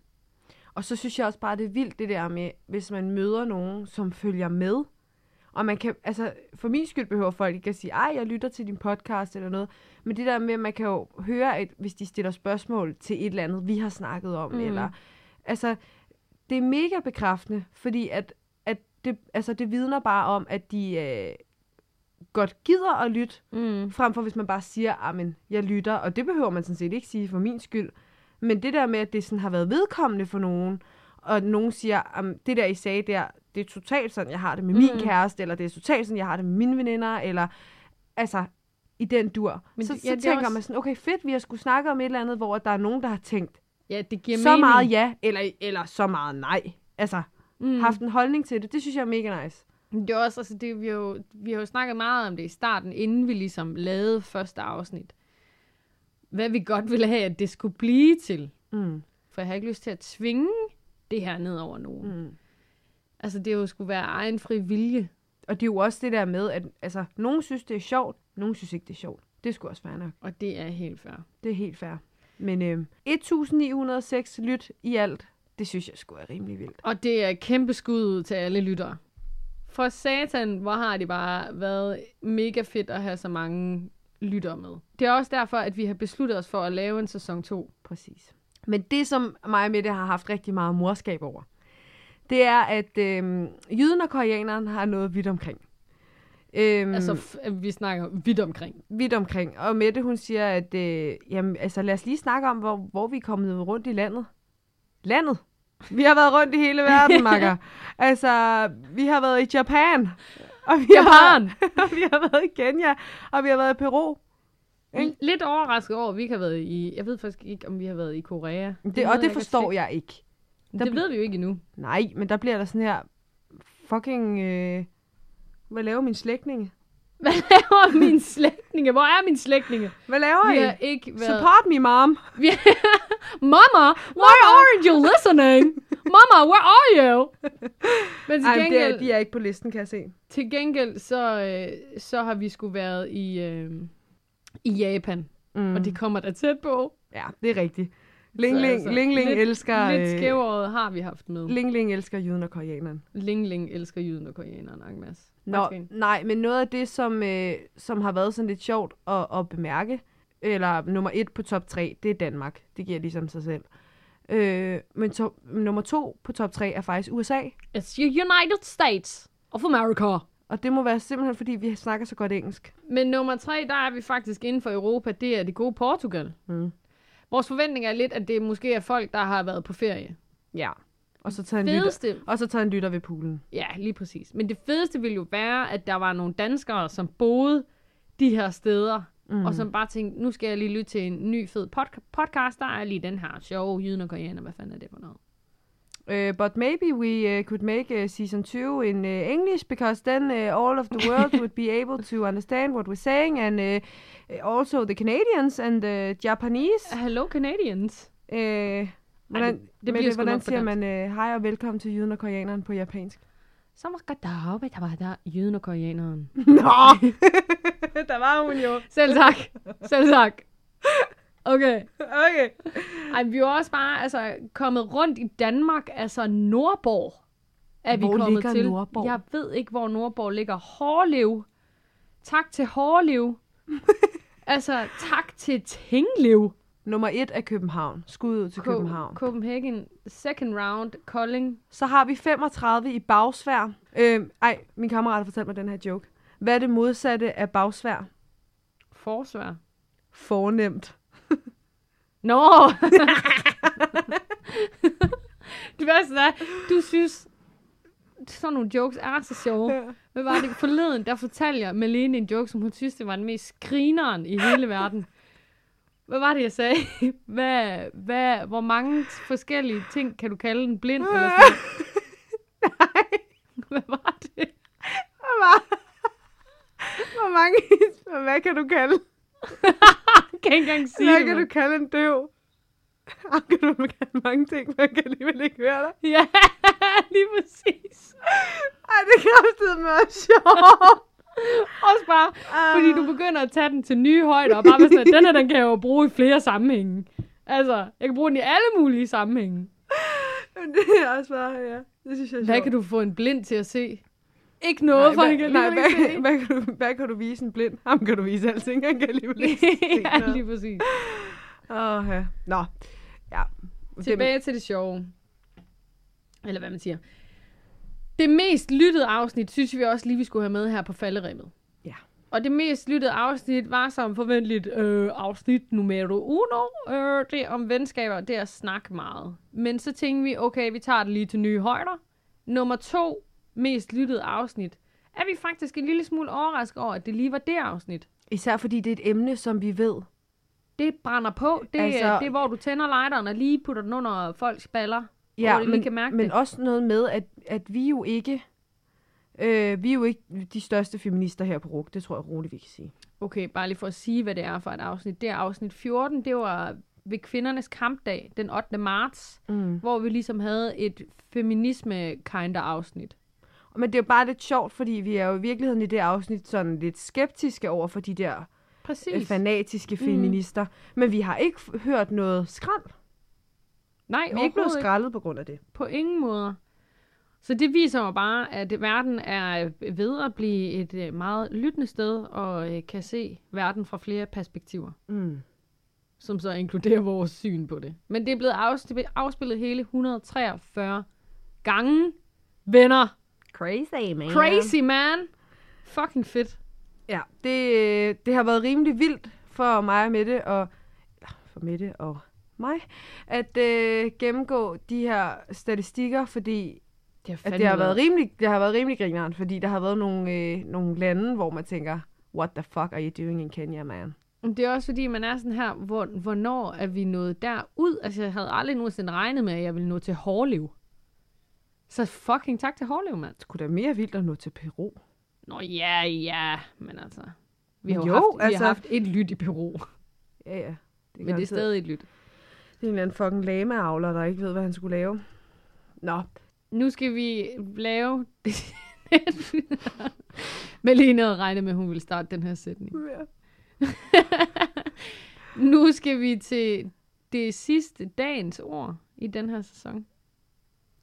Speaker 2: Og så synes jeg også bare, det er vildt det der med, hvis man møder nogen, som følger med. Og man kan, altså for min skyld behøver folk ikke at sige, ej, jeg lytter til din podcast eller noget. Men det der med, at man kan jo høre, at hvis de stiller spørgsmål til et eller andet, vi har snakket om. Mm.
Speaker 1: Mm.
Speaker 2: Eller, altså, det er mega bekræftende, fordi at, at det, altså, det vidner bare om, at de øh, godt gider at lytte,
Speaker 1: Mm.
Speaker 2: frem for hvis man bare siger, men jeg lytter, og det behøver man sådan set ikke sige for min skyld. Men det der med, at det sådan har været vedkommende for nogen, og nogen siger, at det der, I sagde der, det er totalt sådan, jeg har det med min
Speaker 1: Mm.
Speaker 2: kæreste, eller det er totalt sådan, jeg har det med mine veninder, eller altså i den dur. Men
Speaker 1: Men
Speaker 2: så,
Speaker 1: det-
Speaker 2: ja,
Speaker 1: ja,
Speaker 2: så
Speaker 1: det er
Speaker 2: tænker også...
Speaker 1: også-
Speaker 2: man sådan, okay fedt, vi har skulle snakke om et eller andet, hvor der er nogen, der har tænkt,
Speaker 1: Ja, det giver
Speaker 2: så
Speaker 1: mening.
Speaker 2: meget ja, eller, eller så meget nej. Altså,
Speaker 1: mm.
Speaker 2: mm. haft en holdning til det, det synes jeg er mega nice.
Speaker 1: Men Det er også, altså det, vi, har jo, vi har jo snakket meget om det i starten, inden vi ligesom lavede første afsnit. hvad vi godt ville have, at det skulle blive til.
Speaker 2: Mm.
Speaker 1: For jeg har ikke lyst til at tvinge det her ned over nogen. Mm.
Speaker 2: Mm.
Speaker 1: Altså, det jo skulle være egen fri vilje.
Speaker 2: Og det er jo også det der med, at altså, nogen synes, det er sjovt, nogen synes ikke, det er sjovt. Det skulle også være nok.
Speaker 1: Og det er helt fair.
Speaker 2: Det er helt fair. Men øh, 1906 lyt i alt, det synes jeg skulle er rimelig vildt.
Speaker 1: Og det er et kæmpe skud ud til alle lyttere. For satan, hvor har det bare været mega fedt at have så mange lyttere med. Det er også derfor, at vi har besluttet os for at lave en sæson 2.
Speaker 2: Præcis. Men det, som mig og Mette har haft rigtig meget morskab over, det er, at øh, jyden og koreaneren har noget vidt omkring. Øhm,
Speaker 1: Mm. Altså, f- vi snakker vidt omkring.
Speaker 2: vidt omkring. Og Mette, hun siger, at øh, jamen, altså, lad os lige snakke om, hvor, hvor vi er kommet rundt i landet. Landet? Vi har været rundt i hele verden, makker. Altså, vi har været i Japan. Og vi
Speaker 1: Japan!
Speaker 2: Har, og vi har været i Kenya. Og vi har været i Peru. Ikke?
Speaker 1: L- lidt overrasket over, at vi ikke har været i... Jeg ved faktisk ikke, om vi har været i Korea.
Speaker 2: Det, og det forstår jeg ikke.
Speaker 1: jeg.
Speaker 2: Der
Speaker 1: Det
Speaker 2: bl-
Speaker 1: ved vi jo ikke endnu.
Speaker 2: Nej, men der bliver der sådan her... Fucking... Øh, hvad laver min slægtninge?
Speaker 1: Hvad laver mine slægtninge? Hvor er mine slægtninge?
Speaker 2: Hvad laver
Speaker 1: Vi
Speaker 2: I?
Speaker 1: har ikke været...
Speaker 2: Support me, mom.
Speaker 1: Vi... Mama, why
Speaker 2: Mama.
Speaker 1: aren't you listening? Mama, where are you? Men til
Speaker 2: Ej, men det
Speaker 1: gengæld,
Speaker 2: er, de er ikke på listen, kan jeg se.
Speaker 1: til gengæld så, øh, så har vi sgu været i, øh, i Japan.
Speaker 2: Mm.
Speaker 1: Mm. Og det kommer der tæt på.
Speaker 2: Ja, det er rigtigt. Ling
Speaker 1: Så
Speaker 2: Ling,
Speaker 1: altså,
Speaker 2: Ling, Ling
Speaker 1: lidt-
Speaker 2: elsker...
Speaker 1: Lidt
Speaker 2: øh,
Speaker 1: skævåret har vi haft med.
Speaker 2: Ling Ling elsker juden og koreaneren.
Speaker 1: Ling Ling elsker jyden og koreaneren, ikke Mads?
Speaker 2: Nå, nej, men noget af det, som, øh, som har været sådan lidt sjovt at, at bemærke, eller nummer et på top tre, det er Danmark. Det giver ligesom sig selv. Øh, men to, nummer to på top tre er faktisk USA.
Speaker 1: It's the United States of America.
Speaker 2: Og det må være simpelthen, fordi vi snakker så godt engelsk.
Speaker 1: Men nummer tre, der er vi faktisk inden for Europa, det er det gode Portugal.
Speaker 2: Mm.
Speaker 1: Vores forventning er lidt, at det måske er folk, der har været på ferie.
Speaker 2: Ja. Og så tager en lytter,
Speaker 1: Fedeste,
Speaker 2: og så tager en lytter ved poolen.
Speaker 1: ja, lige præcis. Men det fedeste ville jo være, at der var nogle danskere, som boede de her steder, mm. og som bare tænkte, nu skal jeg lige lytte til en ny fed podca- podcast, der er lige den her sjove jyden og koreaner, hvad fanden er det for noget?
Speaker 2: Uh, but maybe we uh, could make uh, season 2 in uh, English because then uh, all of the world would be able to understand what we're saying and uh, also the Canadians and the Japanese.
Speaker 1: Hello Canadians.
Speaker 2: Uh,
Speaker 1: Ej,
Speaker 2: hvordan,
Speaker 1: det- det
Speaker 2: Mette,
Speaker 1: bliver sgu
Speaker 2: hvordan
Speaker 1: nok på
Speaker 2: siger man uh, hej og velkommen til jyden og koreaneren på japansk?
Speaker 1: Så var der der var der jyden og koreaneren.
Speaker 2: Nå! der var hun jo.
Speaker 1: Selv tak. Selv tak. Okay.
Speaker 2: Okay.
Speaker 1: Ej, vi er jo også bare altså, kommet rundt i Danmark, altså Nordborg er
Speaker 2: Hvor
Speaker 1: vi kommet
Speaker 2: ligger
Speaker 1: til.
Speaker 2: Nordborg?
Speaker 1: Jeg ved ikke, hvor Nordborg ligger. Hårlev. Tak til Hårlev. altså, tak til Tinglev.
Speaker 2: Nummer et er København. Skud ud til
Speaker 1: Ko-
Speaker 2: København.
Speaker 1: Copenhagen, second round, Kolding.
Speaker 2: Så har vi 35 i bagsvær. Øh, ej, min kammerat har fortalt mig den her joke. Hvad er det modsatte af bagsvær?
Speaker 1: Forsvær.
Speaker 2: Fornemt.
Speaker 1: Nå! det værste er, du synes, sådan nogle jokes er så sjove. Hvad var det? Forleden, der fortalte jeg Malene en joke, som hun synes, det var den mest skrineren i hele verden. Hvad var det, jeg sagde? Hvad, hvad, hvor mange forskellige ting kan du kalde en blind? Eller sådan noget? Hvad var det?
Speaker 2: Hvor ma- Hvor mange... Hvad kan du kalde?
Speaker 1: Jeg kan ikke engang sige
Speaker 2: Hvad
Speaker 1: det.
Speaker 2: kan du
Speaker 1: mand.
Speaker 2: kalde en døv? Ah, kan du kalde mange ting, man kan alligevel ikke høre dig.
Speaker 1: Ja, lige præcis.
Speaker 2: Ej, det kræftede mig også sjovt.
Speaker 1: Også bare,
Speaker 2: Ah.
Speaker 1: fordi du begynder at tage den til nye højder, og bare være sådan, at den her, den kan jeg jo bruge i flere sammenhænge. Altså, jeg kan bruge den i alle mulige sammenhænge.
Speaker 2: Men Det er også bare, ja. Det synes jeg er
Speaker 1: Hvad
Speaker 2: sjovt.
Speaker 1: kan du få en blind til at se? Ikke
Speaker 2: Nej,
Speaker 1: noget, for han
Speaker 2: hvad,
Speaker 1: kan
Speaker 2: nej,
Speaker 1: alligevel ikke
Speaker 2: hvad,
Speaker 1: se.
Speaker 2: hvad, kan du, hvad kan du vise en blind? Ham kan du vise alting, han kan alligevel ikke se
Speaker 1: ja,
Speaker 2: noget.
Speaker 1: lige præcis.
Speaker 2: Åh, ja. Nå. Ja.
Speaker 1: Tilbage til det sjove. Eller hvad man siger. Det mest lyttede afsnit, synes vi også lige, vi skulle have med her på falderimmet.
Speaker 2: Ja.
Speaker 1: Og det mest lyttede afsnit var som forventeligt øh, afsnit numero uno. Øh, det om venskaber, det er at snakke meget. Men så tænkte vi, okay, vi tager det lige til nye højder. Nummer to mest lyttede afsnit. Er vi faktisk en lille smule overrasket over, at det lige var det afsnit?
Speaker 2: Især fordi det er et emne, som vi ved.
Speaker 1: Det brænder på. Det, altså,
Speaker 2: Altså-
Speaker 1: det er, hvor du tænder lighteren og lige putter den under folks baller. Hvor de lige
Speaker 2: men,
Speaker 1: kan mærke
Speaker 2: men
Speaker 1: det.
Speaker 2: også noget med, at, at vi jo ikke... Øh, vi er jo ikke de største feminister her på RUG, det tror jeg roligt, vi kan sige.
Speaker 1: Okay, bare lige for at sige, hvad det er for et afsnit. Det er afsnit 14, det var ved kvindernes kampdag den 8. marts,
Speaker 2: Mm.
Speaker 1: hvor vi ligesom havde et feminisme kinder afsnit.
Speaker 2: Men det er jo bare lidt sjovt, fordi vi er jo i virkeligheden i det afsnit sådan lidt skeptiske over for de der øh,
Speaker 1: Præcis.
Speaker 2: fanatiske
Speaker 1: Mm.
Speaker 2: feminister. Men vi har ikke f- hørt noget skrald.
Speaker 1: Nej,
Speaker 2: Vi er ikke blevet
Speaker 1: overhovedet
Speaker 2: skraldet på grund af det.
Speaker 1: På ingen måder. Så det viser jo bare, at verden er ved at blive et øh, meget lyttende sted, og øh, kan se verden fra flere perspektiver,
Speaker 2: Mm.
Speaker 1: som så inkluderer vores syn på det. Men det er blevet afsp- afspillet hele 143 gange. Venner!
Speaker 2: Crazy, man.
Speaker 1: Crazy, man! Fucking fedt.
Speaker 2: Ja, det, det har været rimelig vildt for mig og Mette og, for Mette og mig at øh, gennemgå de her statistikker, fordi
Speaker 1: Det har
Speaker 2: at
Speaker 1: fandme
Speaker 2: det har været rimelig, det har været rimelig grineren, fordi der har været nogle, øh, nogle lande, hvor man tænker, what the fuck are you doing in Kenya, man?
Speaker 1: Men Det er også fordi, man er sådan her, hvor, hvornår er vi nået derud? Altså, jeg havde aldrig nogensinde regnet med, at jeg ville nå til Hårlev. Så fucking tak til Hårlev, mand.
Speaker 2: Kunne da mere vildt at nå til Peru?
Speaker 1: Nå ja, ja, men altså... Vi har jo,
Speaker 2: Jo,
Speaker 1: haft, altså... vi
Speaker 2: altså-
Speaker 1: har haft et lyt i Peru,
Speaker 2: Ja, ja. Det
Speaker 1: men det er
Speaker 2: garanteret-
Speaker 1: stadig et lyt.
Speaker 2: Det er en eller anden fucking lameavler, der ikke ved, hvad han skulle lave. Nå,
Speaker 1: Nu skal vi lave... Malene havde regnet med, at hun ville starte den her sætning. Nu skal vi til det sidste dagens ord i den her sæson.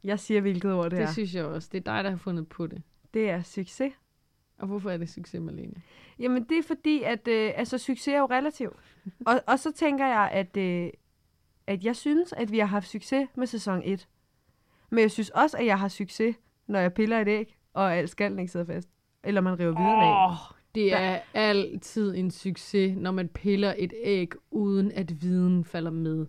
Speaker 2: jeg siger, hvilket ord det
Speaker 1: Det
Speaker 2: er.
Speaker 1: synes jeg også. Det er dig, der har fundet på det.
Speaker 2: Det er succes.
Speaker 1: Og hvorfor er det succes, Malene?
Speaker 2: Jamen, det er fordi, at øh, altså, succes er jo relativt. Og, og så tænker jeg, at, øh, at jeg synes, at vi har haft succes med sæson 1. Men jeg synes også, at jeg har succes, når jeg piller et æg, og alt skallen ikke sidder fast. Eller man river viden af.
Speaker 1: Oh, det
Speaker 2: Der-
Speaker 1: er altid en succes, når man piller et æg, uden at viden falder med.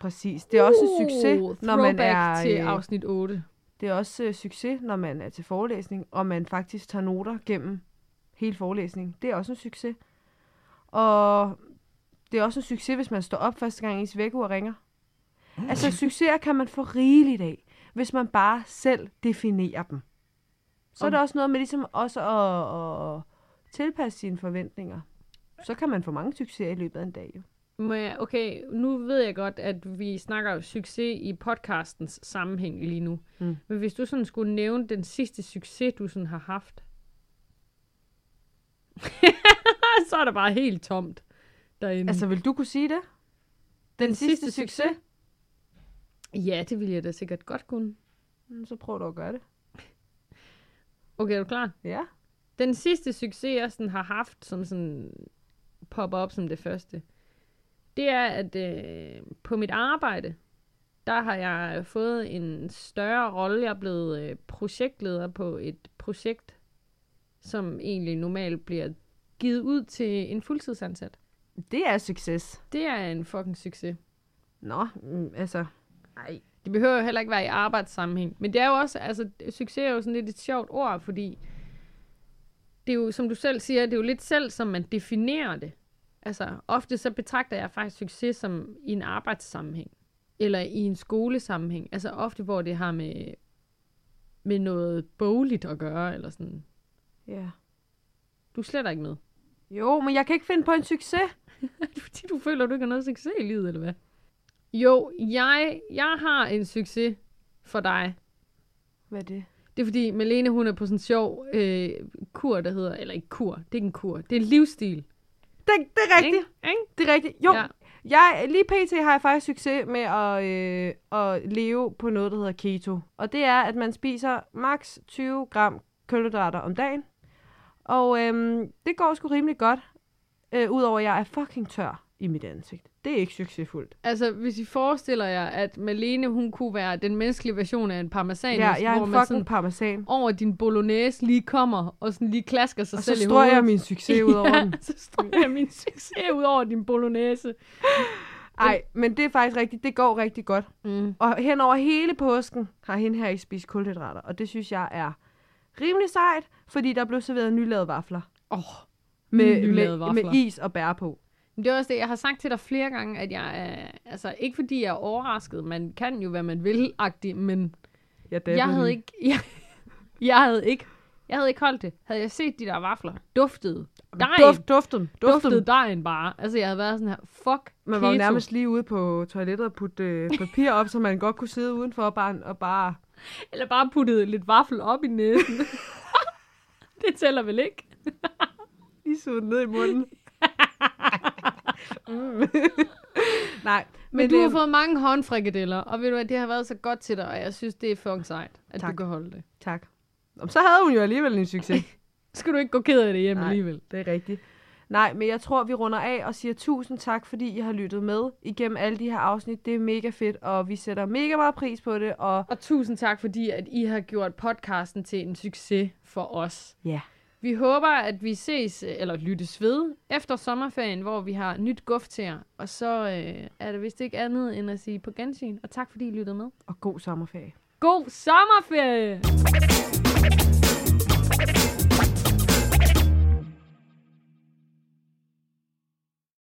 Speaker 2: Præcis. Det er også en
Speaker 1: Uh,
Speaker 2: succes, når man
Speaker 1: throwback
Speaker 2: er...
Speaker 1: til
Speaker 2: øh,
Speaker 1: afsnit 8.
Speaker 2: Det er også øh, succes, når man er til forelæsning, og man faktisk tager noter gennem hele forelæsningen. Det er også en succes. Og det er også en succes, hvis man står op første gang, ens vækkeur ringer. Altså, succeser kan man få rigeligt af, hvis man bare selv definerer dem. Så er
Speaker 1: Om-
Speaker 2: der også noget med ligesom også at, at tilpasse sine forventninger. Så kan man få mange succeser i løbet af en dag. Jo.
Speaker 1: Må jeg, okay, nu ved jeg godt, at vi snakker jo succes i podcastens sammenhæng lige nu.
Speaker 2: Mm.
Speaker 1: Men hvis du sådan skulle nævne den sidste succes, du sådan har haft. så er der bare helt tomt derinde.
Speaker 2: Altså, vil du kunne sige det? Den, den sidste, sidste succes? succes?
Speaker 1: Ja, det ville jeg da sikkert godt kunne.
Speaker 2: Mm, Så prøv du at gøre det.
Speaker 1: Okay, er du klar?
Speaker 2: Ja.
Speaker 1: Den sidste succes, jeg sådan har haft, som sådan popper op som det første, det er, at øh, på mit arbejde, der har jeg fået en større rolle. Jeg er blevet øh, projektleder på et projekt, som egentlig normalt bliver givet ud til en fuldtidsansat.
Speaker 2: Det er succes.
Speaker 1: Det er en fucking succes.
Speaker 2: Nå, mm, altså...
Speaker 1: Nej. Det behøver jo heller ikke være i arbejdssammenhæng. Men det er jo også, altså, succes er jo sådan lidt et sjovt ord, fordi det er jo, som du selv siger, det er jo lidt selv, som man definerer det. Altså, ofte så betragter jeg faktisk succes som i en arbejdssammenhæng, eller i en skolesammenhæng. Altså ofte, hvor det har med, med noget bogligt at gøre, eller sådan.
Speaker 2: Ja.
Speaker 1: Du er slet ikke med.
Speaker 2: Jo, men jeg kan ikke finde på en succes.
Speaker 1: Fordi du føler, du ikke har noget succes i livet, eller hvad? Jo, jeg, jeg har en succes for dig.
Speaker 2: Hvad er det?
Speaker 1: Det er fordi, Malene, hun er på sådan en sjov øh, kur, der hedder... Eller ikke kur, det er ikke en kur. Det er en livsstil.
Speaker 2: Det, det er rigtigt.
Speaker 1: Ikke? Ikke?
Speaker 2: Det er rigtigt. Jo,
Speaker 1: Ja.
Speaker 2: ja. jeg, lige pt. har jeg faktisk succes med at, øh, at leve på noget, der hedder keto. Og det er, at man spiser maks 20 gram kulhydrater om dagen. Og øhm, det går sgu rimelig godt. Øh, Udover at jeg er fucking tør i mit ansigt. Det er ikke succesfuldt.
Speaker 1: Altså, hvis I forestiller jer, at Malene, hun kunne være den menneskelige version af en parmesan,
Speaker 2: Ja, jeg er
Speaker 1: hvor
Speaker 2: en
Speaker 1: man
Speaker 2: fucking
Speaker 1: sådan
Speaker 2: parmesan.
Speaker 1: over din bolognese lige kommer og sådan lige klasker sig
Speaker 2: Og så
Speaker 1: selv i
Speaker 2: strøg
Speaker 1: hovedet.
Speaker 2: jeg min succes ud over
Speaker 1: ja,
Speaker 2: den.
Speaker 1: så strøg jeg min succes ud over din bolognese.
Speaker 2: Ej, men det er faktisk rigtigt. Det går rigtig godt.
Speaker 1: Mm.
Speaker 2: Og hen over hele påsken har hende her ikke spist kulhydrater, og det synes jeg er rimelig sejt, fordi der blev serveret nylavede vafler.
Speaker 1: Oh,
Speaker 2: Med,
Speaker 1: Nylavede
Speaker 2: med,
Speaker 1: vafler.
Speaker 2: med is og bær på.
Speaker 1: Men det er også det, jeg har sagt til dig flere gange, at jeg er... Altså, ikke fordi jeg er overrasket. Man kan jo, hvad man vil, agtig, men
Speaker 2: Ja,
Speaker 1: jeg havde ikke... Jeg, jeg havde ikke... Jeg havde ikke holdt det. Havde jeg set de der vafler duftede dejen.
Speaker 2: Duft, duften. Duften.
Speaker 1: duftede dejen bare. Altså, jeg havde været sådan her, fuck
Speaker 2: Man var jo nærmest lige ude på toilettet og putte øh, papir op, så man godt kunne sidde udenfor og bare... Og bare
Speaker 1: Eller bare puttede lidt vaffel op i næsen. det tæller vel ikke?
Speaker 2: lige suge den ned i munden. mm. Nej,
Speaker 1: Men, Men du har
Speaker 2: øhm,
Speaker 1: fået mange håndfrikadeller, og ved du hvad, det har været så godt til dig, og jeg synes, det er fucking sejt, at tak.
Speaker 2: Tak.
Speaker 1: du kan holde det.
Speaker 2: Tak. Om så havde hun jo alligevel en succes.
Speaker 1: Skal du ikke gå ked af det hjem
Speaker 2: Nej.
Speaker 1: alligevel?
Speaker 2: Det er rigtigt. Nej, men jeg tror, vi runder af og siger tusind tak, fordi I har lyttet med igennem alle de her afsnit. Det er mega fedt, og vi sætter mega meget pris på det. Og
Speaker 1: Og tusind tak, fordi at I har gjort podcasten til en succes for os.
Speaker 2: ja,
Speaker 1: Vi håber, at vi ses, øh, eller lyttes ved, efter sommerferien, hvor vi har nyt guf til jer. Og så øh, er det vist ikke andet end at sige på gensyn, og tak fordi I lyttede med.
Speaker 2: og god sommerferie.
Speaker 1: God sommerferie!